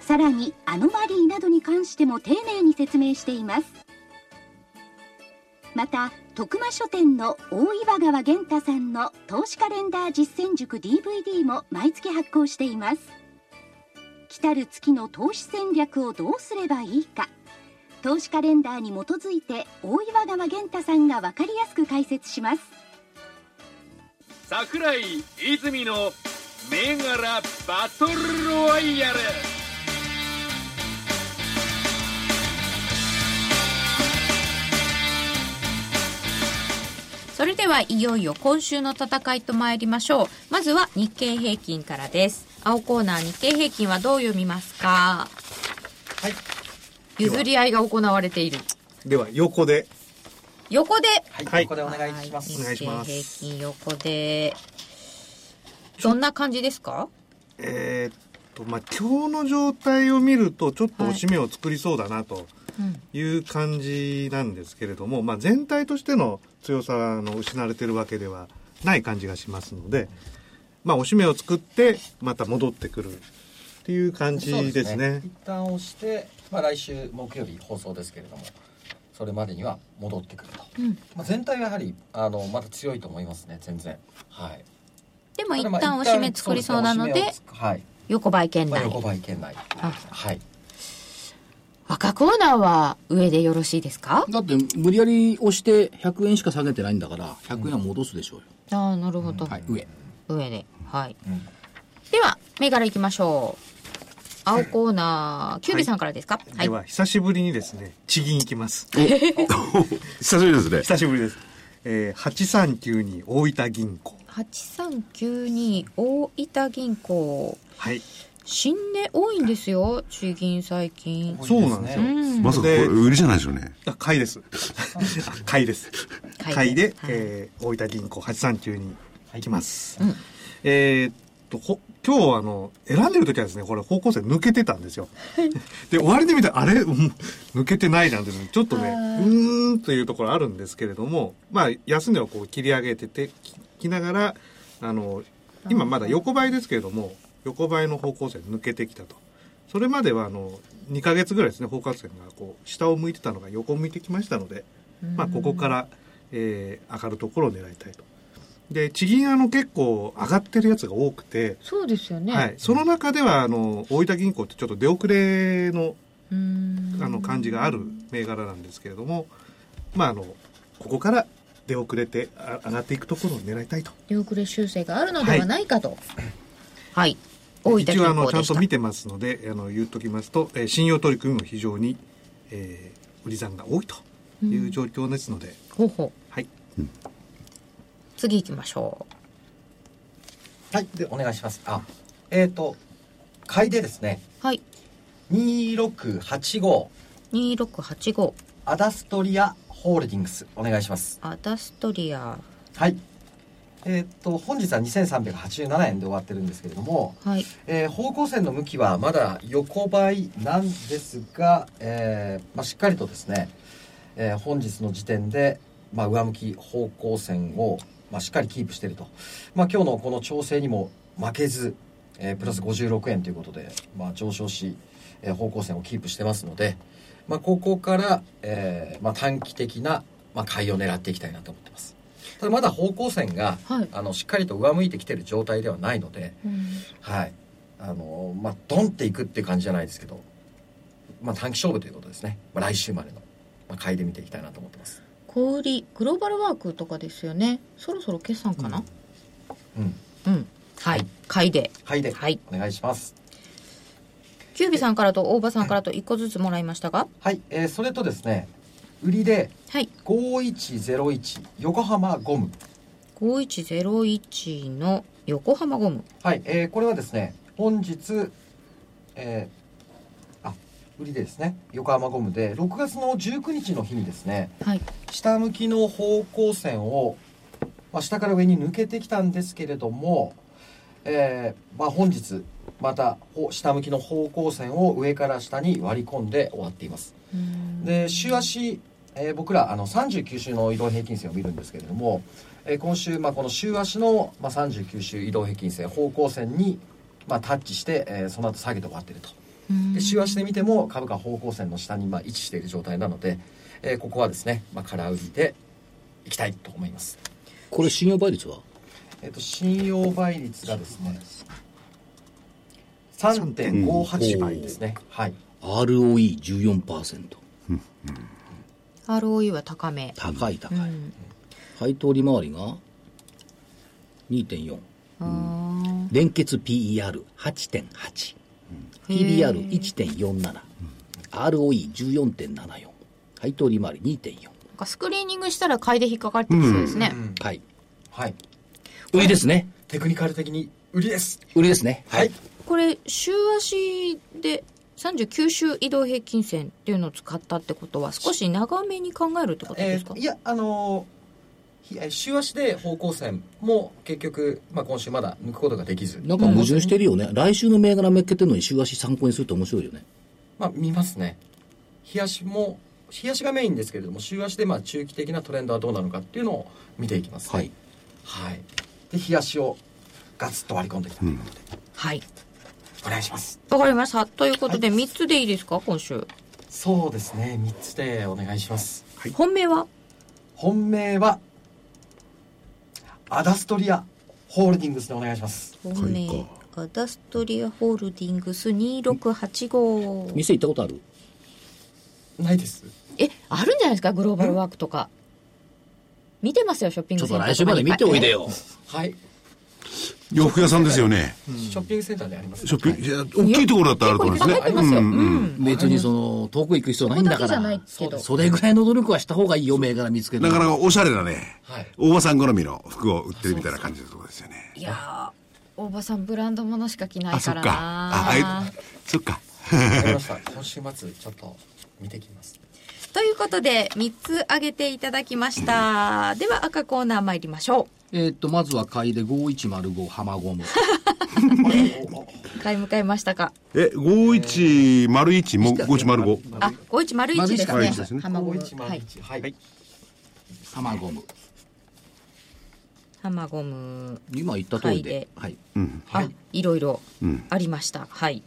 S6: さらにアノマリーなどに関しても丁寧に説明していますまた徳間書店の大岩川源太さんの投資カレンダー実践塾 DVD も毎月発行しています来たる月の投資戦略をどうすればいいか投資カレンダーに基づいて大岩川源太さんが分かりやすく解説します
S7: 桜井泉の銘柄バトルロワイヤル
S1: それではいよいよ今週の戦いと参りましょうまずは日経平均からです青コーナー日経平均はどう読みますか
S5: はい。
S1: 譲り合いが行われている
S4: では横で
S1: 横で
S5: はい。
S4: はい
S5: ここでお願いします。
S4: お願いします
S1: 日経平均横でどんな感じですか
S4: えーっとまあ今日の状態を見るとちょっとおしめを作りそうだなという感じなんですけれども、まあ、全体としての強さの失われてるわけではない感じがしますので、まあ、おしめを作ってまた戻ってくるっっていう感じ
S5: そう
S4: ですね
S5: 一旦押して、まあ、来週木曜日放送ですけれどもそれまでには戻ってくると、
S9: うん
S5: まあ、全体はやはりあのまだ強いと思いますね全然はい
S1: でも一
S5: ただまあ
S1: 旦おしめ作りそうなの
S5: そう
S1: です
S5: ねおしめをつはい、
S1: 横ばい圏
S5: まあ、
S1: 内
S5: 横ばい圏内
S1: あ
S5: はい
S1: 赤コーナーは上でよろしいですか
S2: だって無理やり押して100円しか下げてないんだから100円は戻すでしょうよ、
S1: ああなるほど、
S2: はい上
S1: 上ではい、
S5: ん
S1: では銘柄いきましょう青コーナーキュービさんからですかは
S4: で
S1: い、
S4: は久しぶりにですね地銀行きます
S3: 久しぶりですね。
S4: 久しぶりです、えー、8392大分銀行
S1: 8392大分銀行
S4: はい
S1: 新値多いんですよ地銀最近
S4: そうなんですよ
S1: うん
S3: まさかこれ売りじゃないですよね。
S4: あ買いですあ買いです
S1: 買い
S4: 買いで、
S1: はい
S4: えー大分銀行8392に行きます、
S1: うん
S4: えーっとほ今日あの選んでる時はですねこれ方向性抜けてたんで
S1: (laughs)
S4: すよで終わりで見てあれうん抜けてないなんていうのにちょっとね
S1: あ
S4: う
S1: ー
S4: ーんというところあるんですけれどもまあ安値をこう切り上げててききながらあの今まだ横ばいですけれども横ばいの方向性抜けてきたとそれまではあの2ヶ月ぐらいですね方向線がこう下を向いてたのが横を向いてきましたので、まあ、ここから、えー上がるところを狙いたいと。で地銀あの結構上がってるやつが多くて、
S1: そうですよね、
S4: はい、その中ではあの大分銀行ってちょっと出遅れの
S1: うーん
S4: あの感じがある銘柄なんですけれども、まあ、あのここから出遅れてあ上がっていくところを狙いたいと
S1: 出遅れ修正があるのではないかとはい、大分
S4: 一
S1: 銀
S4: 応あの
S1: 行
S4: ちゃ
S1: で
S4: ん
S1: した
S4: と見てますのであの言っときますと、えー信用取り組みも非常に、えー売り算が多いという状況ですので、
S1: ほうほう
S4: はい、
S1: 次行きましょう
S5: はいでお願いしますあえっ、ー、と買いでですね
S1: はい
S5: 2685
S1: 2685
S5: アダストリアホールディングスお願いします
S1: アダストリア
S5: はい。えーっと本日は2387円で終わってるんですけれども、
S1: はい
S5: えー方向線の向きはまだ横ばいなんですが、えーまあ、しっかりとですね、えー本日の時点で、まあ、上向き方向線を、まあ、しっかりキープしていると、まあ、今日のこの調整にも負けず、えープラス56円ということで、まあ、上昇し、えー方向線をキープしてますので、まあ、ここから、えーまあ、短期的な、まあ、買いを狙っていきたいなと思ってます。ただまだ方向線が、
S1: はい
S5: あのしっかりと上向いてきてる状態ではないので、はい、あのまあドンっていくっていう感じじゃないですけど、まあ、短期勝負ということですね、まあ、来週までの、まあ、買いで見ていきたいなと思ってます、
S1: 小売りグローバルワークとかですよねそろそろ決算かな
S5: うん、
S1: うん、はい買いで
S5: 買いで、
S1: はい
S5: お願いします
S1: キュービさんからと大場さんからと一個ずつもらいましたが
S5: はい、えーそれとですね売りで
S1: はい
S5: 5101横浜ゴム
S1: 5101の横浜ゴム
S5: はい、えーこれはですね本日、えーあ売りでですね横浜ゴムで6月の19日の日にですね
S1: はい
S5: 下向きの方向線を、まあ、下から上に抜けてきたんですけれども、えーまあ、本日またほ下向きの方向線を上から下に割り込んで終わっています。で週足、えー僕らあの39週の移動平均線を見るんですけれども、えー今週、まあ、この週足の、まあ、39週移動平均線方向線に、まあ、タッチして、えーその後下げて終わっていると。で週足で見ても株価方向線の下にまあ位置している状態なので、えーここはですね、まあ、空売りでいきたいと思います、
S2: これ信用倍率は
S5: えー、と信用倍率がですね3.58倍ですね、はい
S2: ROE14%
S1: ROE は高め
S2: 高い高
S1: う
S2: い、
S1: ん
S2: 配当利回りが2.4
S1: あー
S2: 連結 PER8.8、PBR1.47、ROE14.74 配当利回り2.4
S1: なんかスクリーニングしたら買いで引っかかってきそうですね、
S2: はい
S5: はい、
S2: 売りですね
S5: テクニカル的に売りです
S2: 売りですね
S5: はい
S1: これ週足で39週移動平均線っていうのを使ったってことは少し長めに考えるってこと
S5: え
S1: で
S5: ー
S1: すか、
S5: いやあのーひえー週足で方向線も結局、まあ、今週まだ抜くことができず、
S2: なんか矛盾してるよね、来週の銘柄めっけてるのに週足参考にすると面白いよね
S5: まあ、見ますね日足も日足がメインですけれども週足でまあ中期的なトレンドはどうなのかっていうのを見ていきますね
S2: はい
S5: はい、で日足をガツッと割り込んできたということで、
S1: はい
S5: お願いします
S9: わかりました。ということで、3つでいいですか、今週。
S5: そうですね3つでお願いします
S9: 本命は
S5: 本命はアダストリアホールディングスでお願いします
S1: 本命アダストリアホールディングス2685
S2: 店行ったことある
S5: ないです
S9: え、あるんじゃないですか、グローバルワークとか。見てますよ、ショッピン
S2: ちょ
S9: グセ
S2: っ
S9: ン
S2: と
S9: ター。
S2: 来週まで見ておいで。よ。
S5: はい
S3: 洋服屋さんですよね。
S5: ショッピングセンターであります
S3: ショッピングいや、大きいところだったらあると思うんです
S9: 結構いっぱい入ってます
S3: ね。
S9: よ
S3: うんうん
S2: 別にその、遠く行く必要ないんだか
S9: ここだけじゃない
S2: ら、
S9: けど
S2: それぐらいの努力はした方がいいよ、銘柄見つけて。
S3: なかなかおしゃれなね
S5: はい、
S3: 大場さん好みの服を売ってるみたいな感じのところですよね。
S9: いやー、大場さん、ブランドものしか着ない
S3: あ、そ
S9: から
S3: っか。
S9: な
S3: あ、あい、そっか。
S5: わかりました今週末ちょっと見てきます
S1: ということで3つ挙げていただきましたでは赤コーナー参りましょ
S2: えーっと、まずは買いで5105浜ゴ (laughs) ム。
S1: う買い迎えましたか
S3: え、5101も5105。
S1: あ5101です
S2: 丸
S1: ね
S2: 一ですね
S1: 浜ゴムはい
S5: 5101はい、
S2: 浜ゴム。
S1: 浜ゴム
S2: 今言った通りで。はい。
S3: うん。
S1: あいろいろ
S3: うん
S1: ありましたはい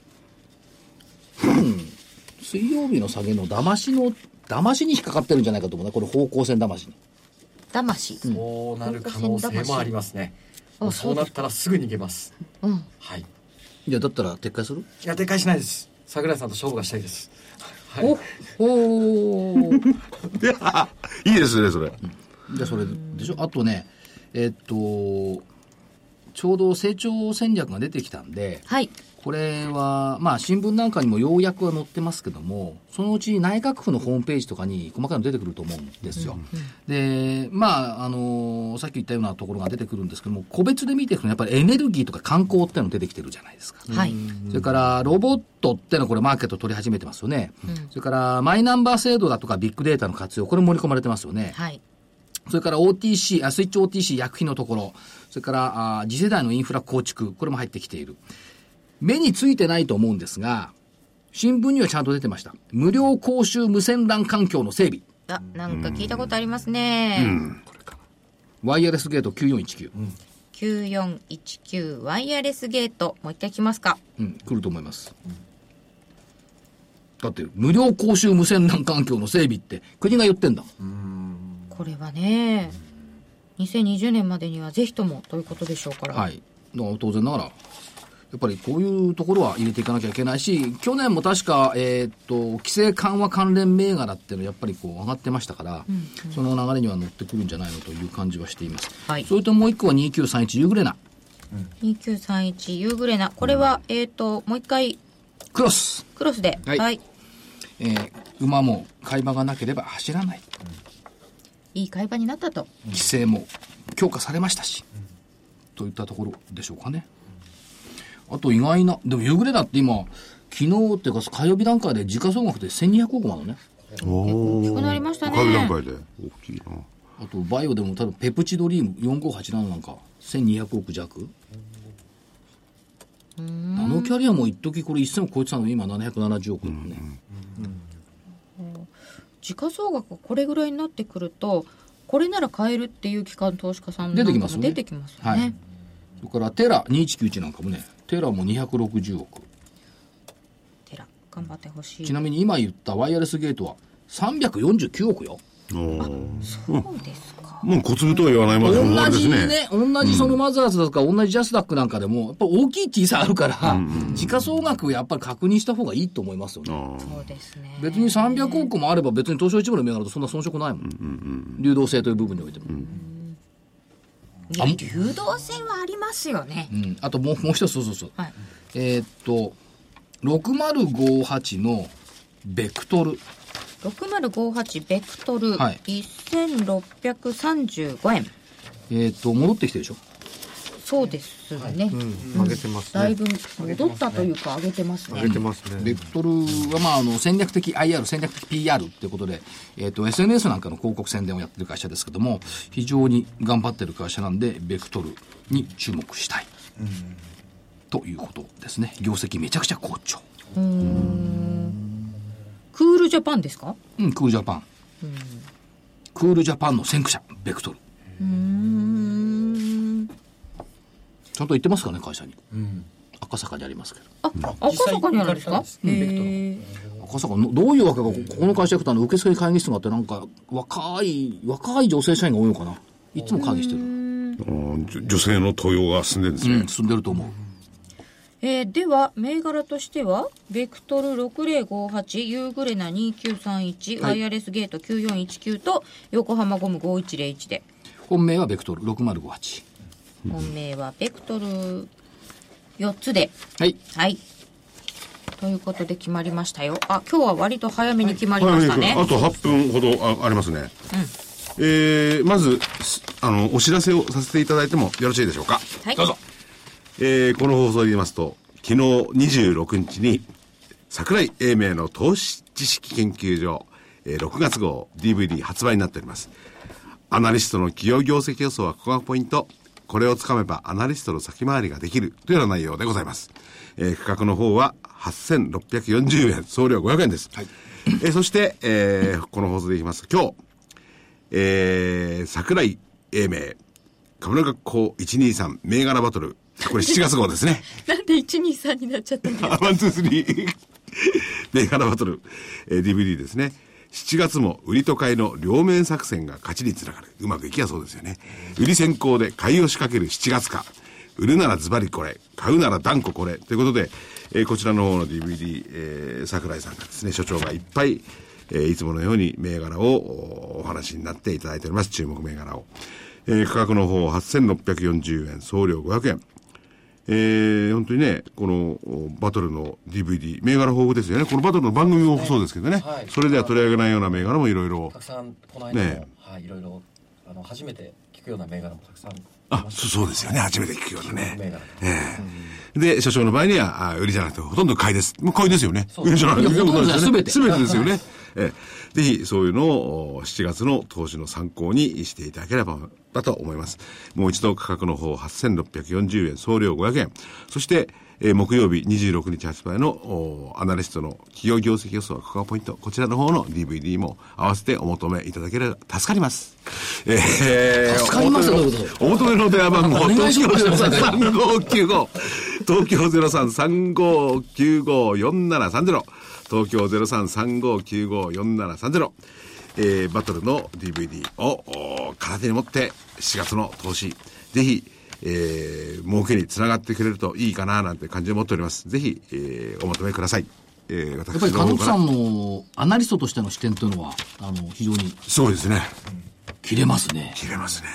S2: 水曜日の下げの騙しの、騙しに引っかかってるんじゃないかと思うな。これ方向線騙しに。
S1: 魂
S5: そうなる可能性もありますね
S9: うん
S5: もうそうなったらすぐ逃げます
S9: うん。
S5: はい
S2: いや、だったら撤回する
S5: いやでかいしないです桜井さんと勝負がしたいですはい
S9: おー。
S3: いや (laughs) いいですね、それ。
S2: じゃあそれでしょあとね、えーっと、ちょうど成長戦略が出てきたんで、
S1: はい
S2: これは、まあ、新聞なんかにもようやくは載ってますけども、そのうち内閣府のホームページとかに細かいの出てくると思うんですよ。で、まあ、あのさっき言ったようなところが出てくるんですけども、個別で見ていくと、やっぱりエネルギーとか観光っての出てきてるじゃないですか。
S9: はい。
S2: それからロボットってのはこれマーケット取り始めてますよね。それからマイナンバー制度だとかビッグデータの活用、これ盛り込まれてますよね。
S9: はい。
S2: それから OTC、あスイッチ OTC 薬品のところ、それからあ次世代のインフラ構築、これも入ってきている。目についてないと思うんですが、新聞にはちゃんと出てました。無料公衆無線 LAN 環境の整備。
S1: あなんか聞いたことありますね、
S2: ワイヤレスゲート9419。
S1: 9419ワイヤレスゲートもう一回来ますか
S2: うん、来ると思います。だって、無料公衆無線 LAN 環境の整備って国が言ってんだもん。
S1: これはね2020年までにはぜひともということでしょうから、
S2: はい、だから当然ながら、やっぱりこういうところは入れていかなきゃいけないし、去年も確か、えーっと規制緩和関連銘柄っていうのはやっぱりこう上がってましたから、その流れには乗ってくるんじゃないのという感じはしています。
S1: はい
S2: それともう一個は2931ユーグレナ、
S1: 2931ユーグレナこれは、えっ、ともう一回
S2: クロス、
S1: クロスで
S2: はいえー馬も買い場がなければ走らない、
S1: いい会話になったと
S2: 規制も強化されましたし、といったところでしょうかね。あと意外な、でもユーグレナって今、昨日っていうか火曜日段階で時価総額で1200億なのね。
S3: お
S1: 大きくなりましたね
S3: おかげ段階で。大きいな。
S2: あとバイオでも多分ペプチドリーム4587なんか1200億弱ナノキャリアも一時これ1000を超えてたのに今770億だもんね、
S1: 時価総額がこれぐらいになってくるとこれなら買えるっていう機関投資家さんな
S2: 出
S1: ん
S2: て
S1: か
S2: き
S1: も
S2: ますよね
S1: 出てきますよね
S2: はいそれからテラ2191なんかもねテラも260億
S1: テラ頑張ってほしい
S2: ち
S1: そ
S2: なみに今言ったワイヤレスゲートは349億よ
S3: おー
S1: うですか
S3: もう小粒とは言わないまで
S2: 同
S3: もあれです
S2: じね
S3: ね。
S2: 同じそのマザーズだとか、同じジャスダックなんかでもやっぱ大きい小さいあるから、時価総額やっぱり確認した方がいいと思いますよね
S3: あー
S1: そうですね
S2: 別に300億もあれば別に東証一部の銘柄とそんな遜色ないもん,、流動性という部分においても、
S1: いや流動性はありますよね
S2: うんあともうもう一つそうそうそう、
S1: はい
S2: えーっと6058のベクトル
S1: 6058ベクトル、
S2: はい
S1: 1635円
S2: えーっと戻ってきてるでしょ
S1: そうですね、
S4: うん、上げてます
S1: だい
S4: ね。
S1: ぶ戻ったというか上げてますね
S4: 上げてます
S2: ベ
S4: ね。
S2: クトルは、まあ、あの戦略的 IR、戦略的 PR っていうことで、えー、と SNS なんかの広告宣伝をやってる会社ですけども、非常に頑張ってる会社なんで、ベクトルに注目したい、ということですね、業績めちゃくちゃ好調、
S1: クールジャパンですか
S2: うん、クールジャパン、クールジャパンの先駆者、ベクトル、
S1: うーん
S2: ちゃんと言ってますかね、会社に。あ赤坂にありますけど。
S9: あ、赤坂にあるんですか
S5: 実際に行かれたんですね
S9: へー
S2: 赤坂の、どういうわけか、ここの会社行くとあの、受付会議室があって、なんか、若い、若い女性社員が多いのかな。いつも会議してる。
S3: うんじょ女性の登用が進んでるんですね。
S2: うん、進んでると思う。
S1: えーでは銘柄としてはベクトル6058ユーグレナ2931、ワイヤレスゲート9419と横浜ゴム5101で
S2: 本命はベクトル6058。
S1: 本命はベクトル4つで
S2: はい。
S1: はいということで決まりましたよあ今日は割と早めに決まりましたね、
S3: あと8分ほどあありますね。えーまず、すあの、お知らせをさせていただいてもよろしいでしょうか。
S1: はい
S3: どうぞ。えーこの放送で言いますと、昨日26日に、桜井英明の投資知識研究所、えー6月号 DVD 発売になっております。アナリストの企業業績予想はここがポイント。これをつかめばアナリストの先回りができるというような内容でございます。えー価格の方は8640円、送料500円です。えーそして、えーこの放送でいきます。今日、えー桜井英明、株の学校123銘柄バトル。これ7月号ですね。
S1: なんで123になっちゃったんだ
S3: あワン、ツー、スリー。銘柄バトル、えー DVD ですね。7月も売りと買いの両面作戦が勝ちにつながる。うまくいきやそうですよね。売り先行で買いを仕掛ける7月か。売るならズバリこれ。買うなら断固これ。ということで、えーこちらの方の DVD、えー桜井さんがですね、所長がいっぱい、えーいつものように銘柄をおお話になっていただいております。注目銘柄を。えー価格の方8640円、送料500円。えー、本当にね、このおバトルの DVD、銘柄豊富ですよね。このバトルの番組もそうですけどね。
S5: はい
S3: それでは取り上げないような銘柄もいろいろ
S5: たく。さんこの間も、
S3: ね
S5: はいいろいろあの初めて聞くような銘柄もたくさん
S3: あ、そそうですよね。初めて聞くような
S5: 銘
S3: ね。
S5: 柄
S3: で、所長の場合には、あ売りじゃなくて、ほとんど買いです。もう買いですよね。売りじゃなくて、
S2: いやほとんどです
S3: 全
S2: 全
S3: て。
S2: て
S3: 全てですよね。ええぜひ、そういうのを、お7月の投資の参考にしていただければ、だと思います。もう一度価格の方、8640円、送料500円。そして、えー木曜日26日発売の、おアナリストの企業業績予想はここがポイント。こちらの方の DVD も合わせてお求めいただければ助かります。えー
S2: 助かります
S3: お求
S2: ど
S3: め
S2: ういうこ
S3: お求めの電話番号、
S2: お願い
S3: 東
S2: し
S3: 京
S2: ます
S3: 033595、東京0335954730、東京0335954730、えー、バトルの DVD をおー片手に持って4月の投資、ぜひ、えー、儲けにつながってくれるといいかななんて感じを持っております。ぜひ、えー、お求めください。えー、
S2: やっ
S3: 私
S2: ぱり
S3: の
S2: 金
S3: 方
S2: 子さ
S3: から。
S2: んのアナリストとしての視点というのは、あの、非常に
S3: そうですね。
S2: 切れますね。
S3: 切れますね。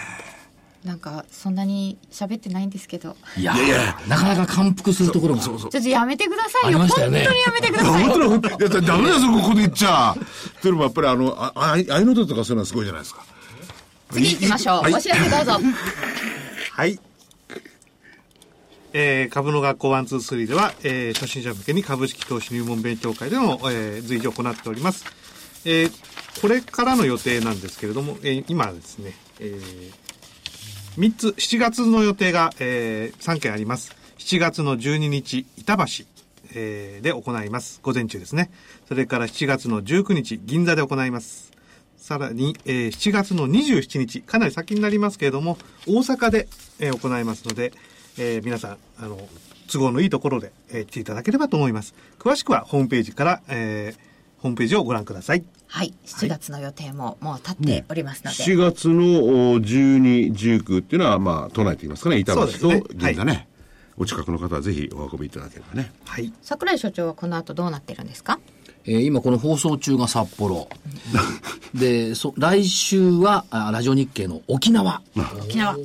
S9: なんかそんなに喋ってないんですけど
S2: いや
S3: いやいや
S2: なかなか感服するところが。
S3: そうそう。
S9: ちょっとやめてくださいよ
S2: ありましたよね
S9: 本当にやめてください
S3: 本当だ、いや、ダメだよ、そこ、ここで言っちゃ。というのも、やっぱり、あの、あ、ああい、あいの手とか、そういうのはすごいじゃないですか。
S9: 次行きましょう、
S3: はい
S9: お知らせどうぞ
S4: はい。えー株の学校123では、えー初心者向けに株式投資入門勉強会での、えー随時行っております。えーこれからの予定なんですけれども、えー今ですね、えー3つ、7月の予定が、え3件あります。7月の12日、板橋、えーで行います。午前中ですね。それから7月の19日、銀座で行います。さらに、えー7月の27日、かなり先になりますけれども、大阪で、えー行いますので、えー皆さん、あの、都合のいいところで、えー来ていただければと思います。詳しくはホームページから、えーホームページをご覧ください。
S1: はい7月の予定ももう立っておりますので、
S3: 4月のお12、19っていうのは、まあ、都内と言いますかね、板橋
S4: そうですね
S3: と銀座ね。お近くの方はぜひお運びいただければね。
S4: はい。
S1: 桜井所長はこの後どうなってるんですか
S2: えー今この放送中が札幌。で、そ、来週は、あラジオ日経の沖縄。
S1: 沖縄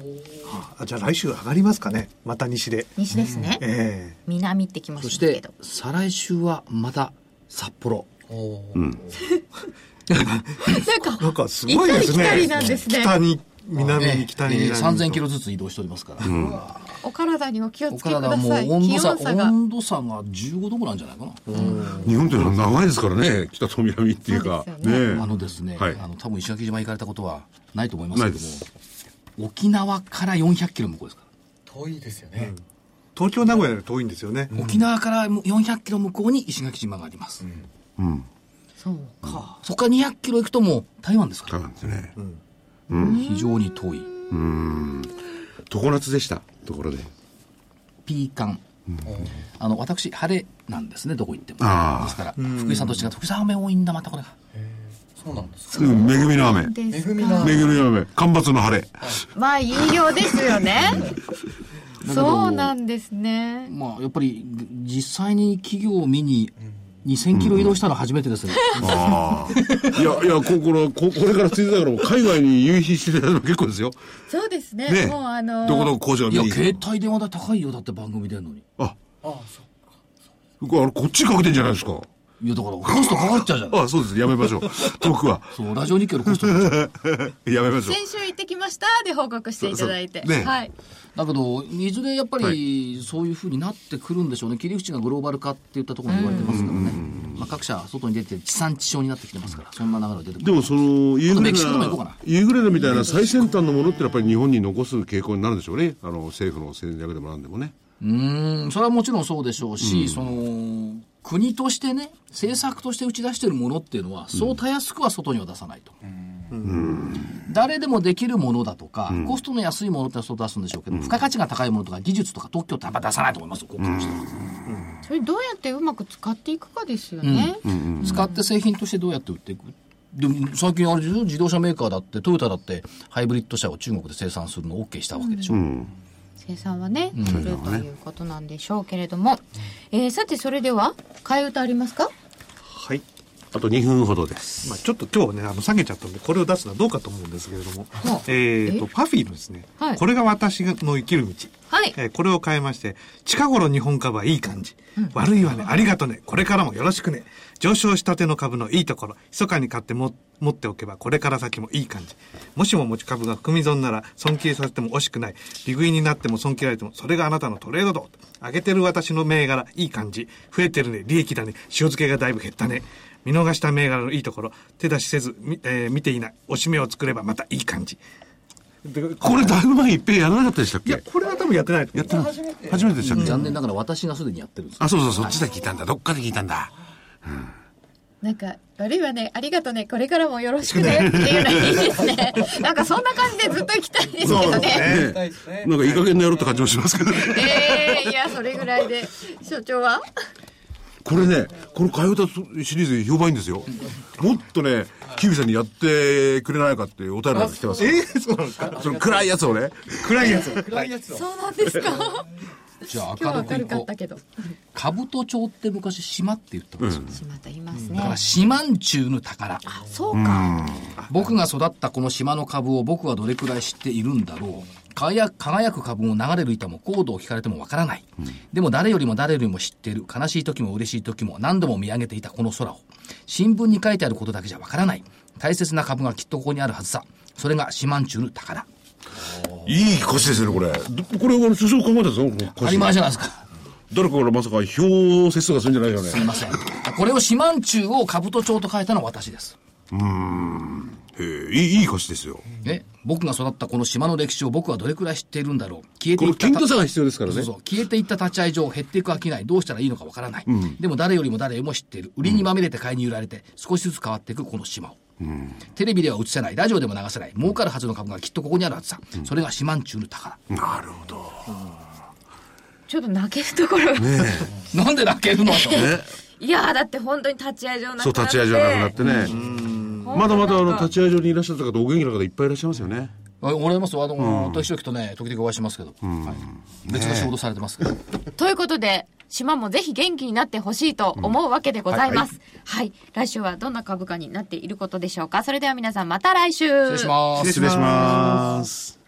S4: あじゃあ来週上がりますかねまた西で。
S1: 西ですね、
S4: え
S1: 南ってきま
S2: そし
S1: したけ
S2: て
S1: ど、
S2: 再来週はまた札幌。
S9: (laughs)
S1: なん
S4: えなんかすごいですね。
S1: 行ったり来たりなんですね
S4: 北に、南に北に
S2: えー
S4: 南にと。
S2: 3000キロずつ移動しておりますから。
S9: お体にお気を
S2: お
S9: つけく
S2: 体
S9: だ
S2: もう
S9: さい
S2: 温
S9: 気
S2: 度差
S9: 温差が
S2: 温度差が15度ぐらいなんじゃないかな。
S3: 日本っていうのは長いですからね、北と南っていうか。
S9: そうです
S3: ねえ
S2: あのですね、
S3: はい
S2: あの多分石垣島行かれたことはないと思いますけ
S3: ないで
S2: ども、沖縄から400キロ向こうですか
S5: 遠いですよね、
S4: 東京名古屋より遠いんですよね。
S2: ら、沖縄からも400キロ向こうに石垣島があります。
S3: うん。
S1: そう
S2: かそこから200キロ行くともう台湾ですか
S3: 多
S2: ら、
S3: 分ですね。
S2: 非常に遠い。
S3: 常夏でした。ところで。
S2: ピーカン、あの私、晴れなんですね、どこ行っても。
S3: ああ
S2: ですから、福井さんと違って、福井さん、雨多いんだ、またこれが。
S5: そうなんですか。
S3: うん恵みの雨。
S1: で
S5: 恵
S1: す
S5: みの
S3: 恵みの雨。干ばつの晴れ。
S1: まあ引用ですよね
S2: けど
S1: そうなんですね
S2: まあ、やっぱり、じ実際に企業を見に、2000キロ移動したのは初めてですね。
S3: ああ。いや、いや、こ、この、こ、これからついてだから、海外に夕日していただいても結構ですよ。
S1: そうですね
S3: ねえ
S1: もうあの
S3: どこどこ工場
S2: い
S3: 見
S2: や、
S3: に行く
S2: 携帯電話代高いよ、だって番組出るのに。
S3: あ、
S5: ああ、そう。
S3: これあれこっちかけてんじゃないですか。
S2: いや、だから、コストかかっちゃうじゃない。
S3: あ、そうです。やめましょう。 (laughs) 遠くは。
S2: そう、ラジオ日経のコストかかっちゃう
S3: やめましょう。
S1: 先週行ってきましたで報告していただいて、
S3: そうそうねえ
S1: はい
S2: だけど、いずれやっぱ
S3: は
S2: りそういうふうになってくるんでしょうね、切り口がグローバル化っていったところも言われてますからね、まあ、各社、外に出て地産地消になってきてますから、そんな流れが出てくる。
S3: でもそのユーグ
S2: メ
S3: レ
S2: キシコでも
S3: ナ
S2: 行こうかな
S3: ユーグレナみたいな最先端のものってやっぱり日本に残す傾向になるんでしょうねあの政府の戦略でもなんでもね
S2: うーん、それはもちろんそうでしょうし、その、国としてね、政策として打ち出してるものっていうのは、そうたやすくは外には出さないと。誰でもできるものだとか、コストの安いものってのはそう出すんでしょうけど、付加価値が高いものとか、技術とか特許ってやっぱ出さないと思いますよ、国としては。
S1: それどうやってうまく使っていくかですよね、
S2: 使って製品としてどうやって売っていくでも最近あれでしょ自動車メーカーだってトヨタだってハイブリッド車を中国で生産するのを OK したわけでしょ、
S1: 生産はねするということなんでしょうけれども、えーさてそれでは替え歌ありますか
S4: はい、
S3: あと2分ほどです
S4: まあ、ちょっと今日ねあの下げちゃったんでこれを出すのはどうかと思うんですけれども
S1: は
S4: えっとパフィーのですね、
S1: はい
S4: これが私の生きる道
S1: はい
S4: えーこれを変えまして、近頃日本株はいい感じ。悪いわね、ありがとね、これからもよろしくね。上昇したての株のいいところ、密かに買っても持っておけば、これから先もいい感じ。もしも持ち株が含み損なら、損切りさせても惜しくない。利食いになっても損切られても、それがあなたのトレードだ。上げてる私の銘柄、いい感じ。増えてるね、利益だね、塩漬けがだいぶ減ったね。見逃した銘柄のいいところ、手出しせず、みえー見ていない。おしめを作ればまたいい感じ。で
S3: これだいぶ前に一平やらなかったでしたっ
S4: いや、
S3: け
S4: これは多分やってないと思う。
S5: 初めて。
S3: 初めてでしたっけ
S2: 残念ながら私がすでにやってるんです
S3: あそうそうそっちで聞いたんだどっかで聞いたんだ
S1: なんか悪いわねありがとねこれからもよろしくねっていうのいいですねなんかそんな感じでずっと行きたいですけどね
S3: ね
S5: たいですね
S3: なんかいい加減なやろって感じもしますけどね
S1: えー、いやそれぐらいで所長は
S3: これねこの替え歌シリーズ評判いいんですよもっとねキビさんにやってくれないかっていうお便りが来てます
S4: えー、そうなんですか
S3: その暗いやつをね
S4: 暗いやつ。
S5: 暗いやつを。
S1: そうなんですか
S2: じゃあ
S1: 今日
S2: 明
S1: は明
S2: る
S1: る
S2: く
S1: か
S2: 行
S1: っ
S2: こ
S1: たけど
S2: う兜町って昔島って言ったんですよ、
S1: しまったいます
S2: だから
S1: ね
S2: 島ん中の宝
S1: そうか
S2: 僕が育ったこの島の株を僕はどれくらい知っているんだろう輝く輝く株も流れる板もコードを聞かれてもわからない、でも誰よりも誰よりも知っている悲しい時も嬉しい時も何度も見上げていたこの空を新聞に書いてあることだけじゃわからない大切な株がきっとここにあるはずさそれが島ん中の宝
S3: いい歌詞ですねこれどこれは首相考えたんですよこの歌詞
S2: 当たり前じゃないですか
S3: 誰かがまさか票節とかするんじゃないよね
S2: すみませんこれを島ん中を兜町と書いたのは私です
S3: へえいいいい歌詞ですよ
S2: ね、僕が育ったこの島の歴史を僕はどれくらい知っているんだろう消えて
S3: こ
S2: い
S3: の
S2: った
S3: 謙虚さが必要ですから
S2: そ
S3: ね
S2: うそう消えていった立ち合い上減っていく商いどうしたらいいのかわからない、でも誰よりも誰よりも知っている売りにまみれて買いに揺られて少しずつ変わっていくこの島を、テレビでは映せないラジオでも流せない儲かるはずの株がきっとここにあるはずさ、それが島ん中の宝
S3: なるほど
S1: ちょっと泣けるところが、
S2: なんで泣け
S3: (laughs)
S2: るのと
S1: いやーだって本当に立ち会い上なくなって
S3: そう立ち会いじゃなくなってねまだまだあの立ち会い所にいらっしゃった方お元気な方いっぱいいらっしゃいますよね
S2: あ俺もそうあの時々とね時々お会いしますけど、はい別が仕事されてますけど
S1: ということで、島もぜひ元気になってほしいと思うわけでございます。はい、来週はどんな株価になっていることでしょうか。それでは皆さんまた来週。
S2: 失礼します
S3: 失礼します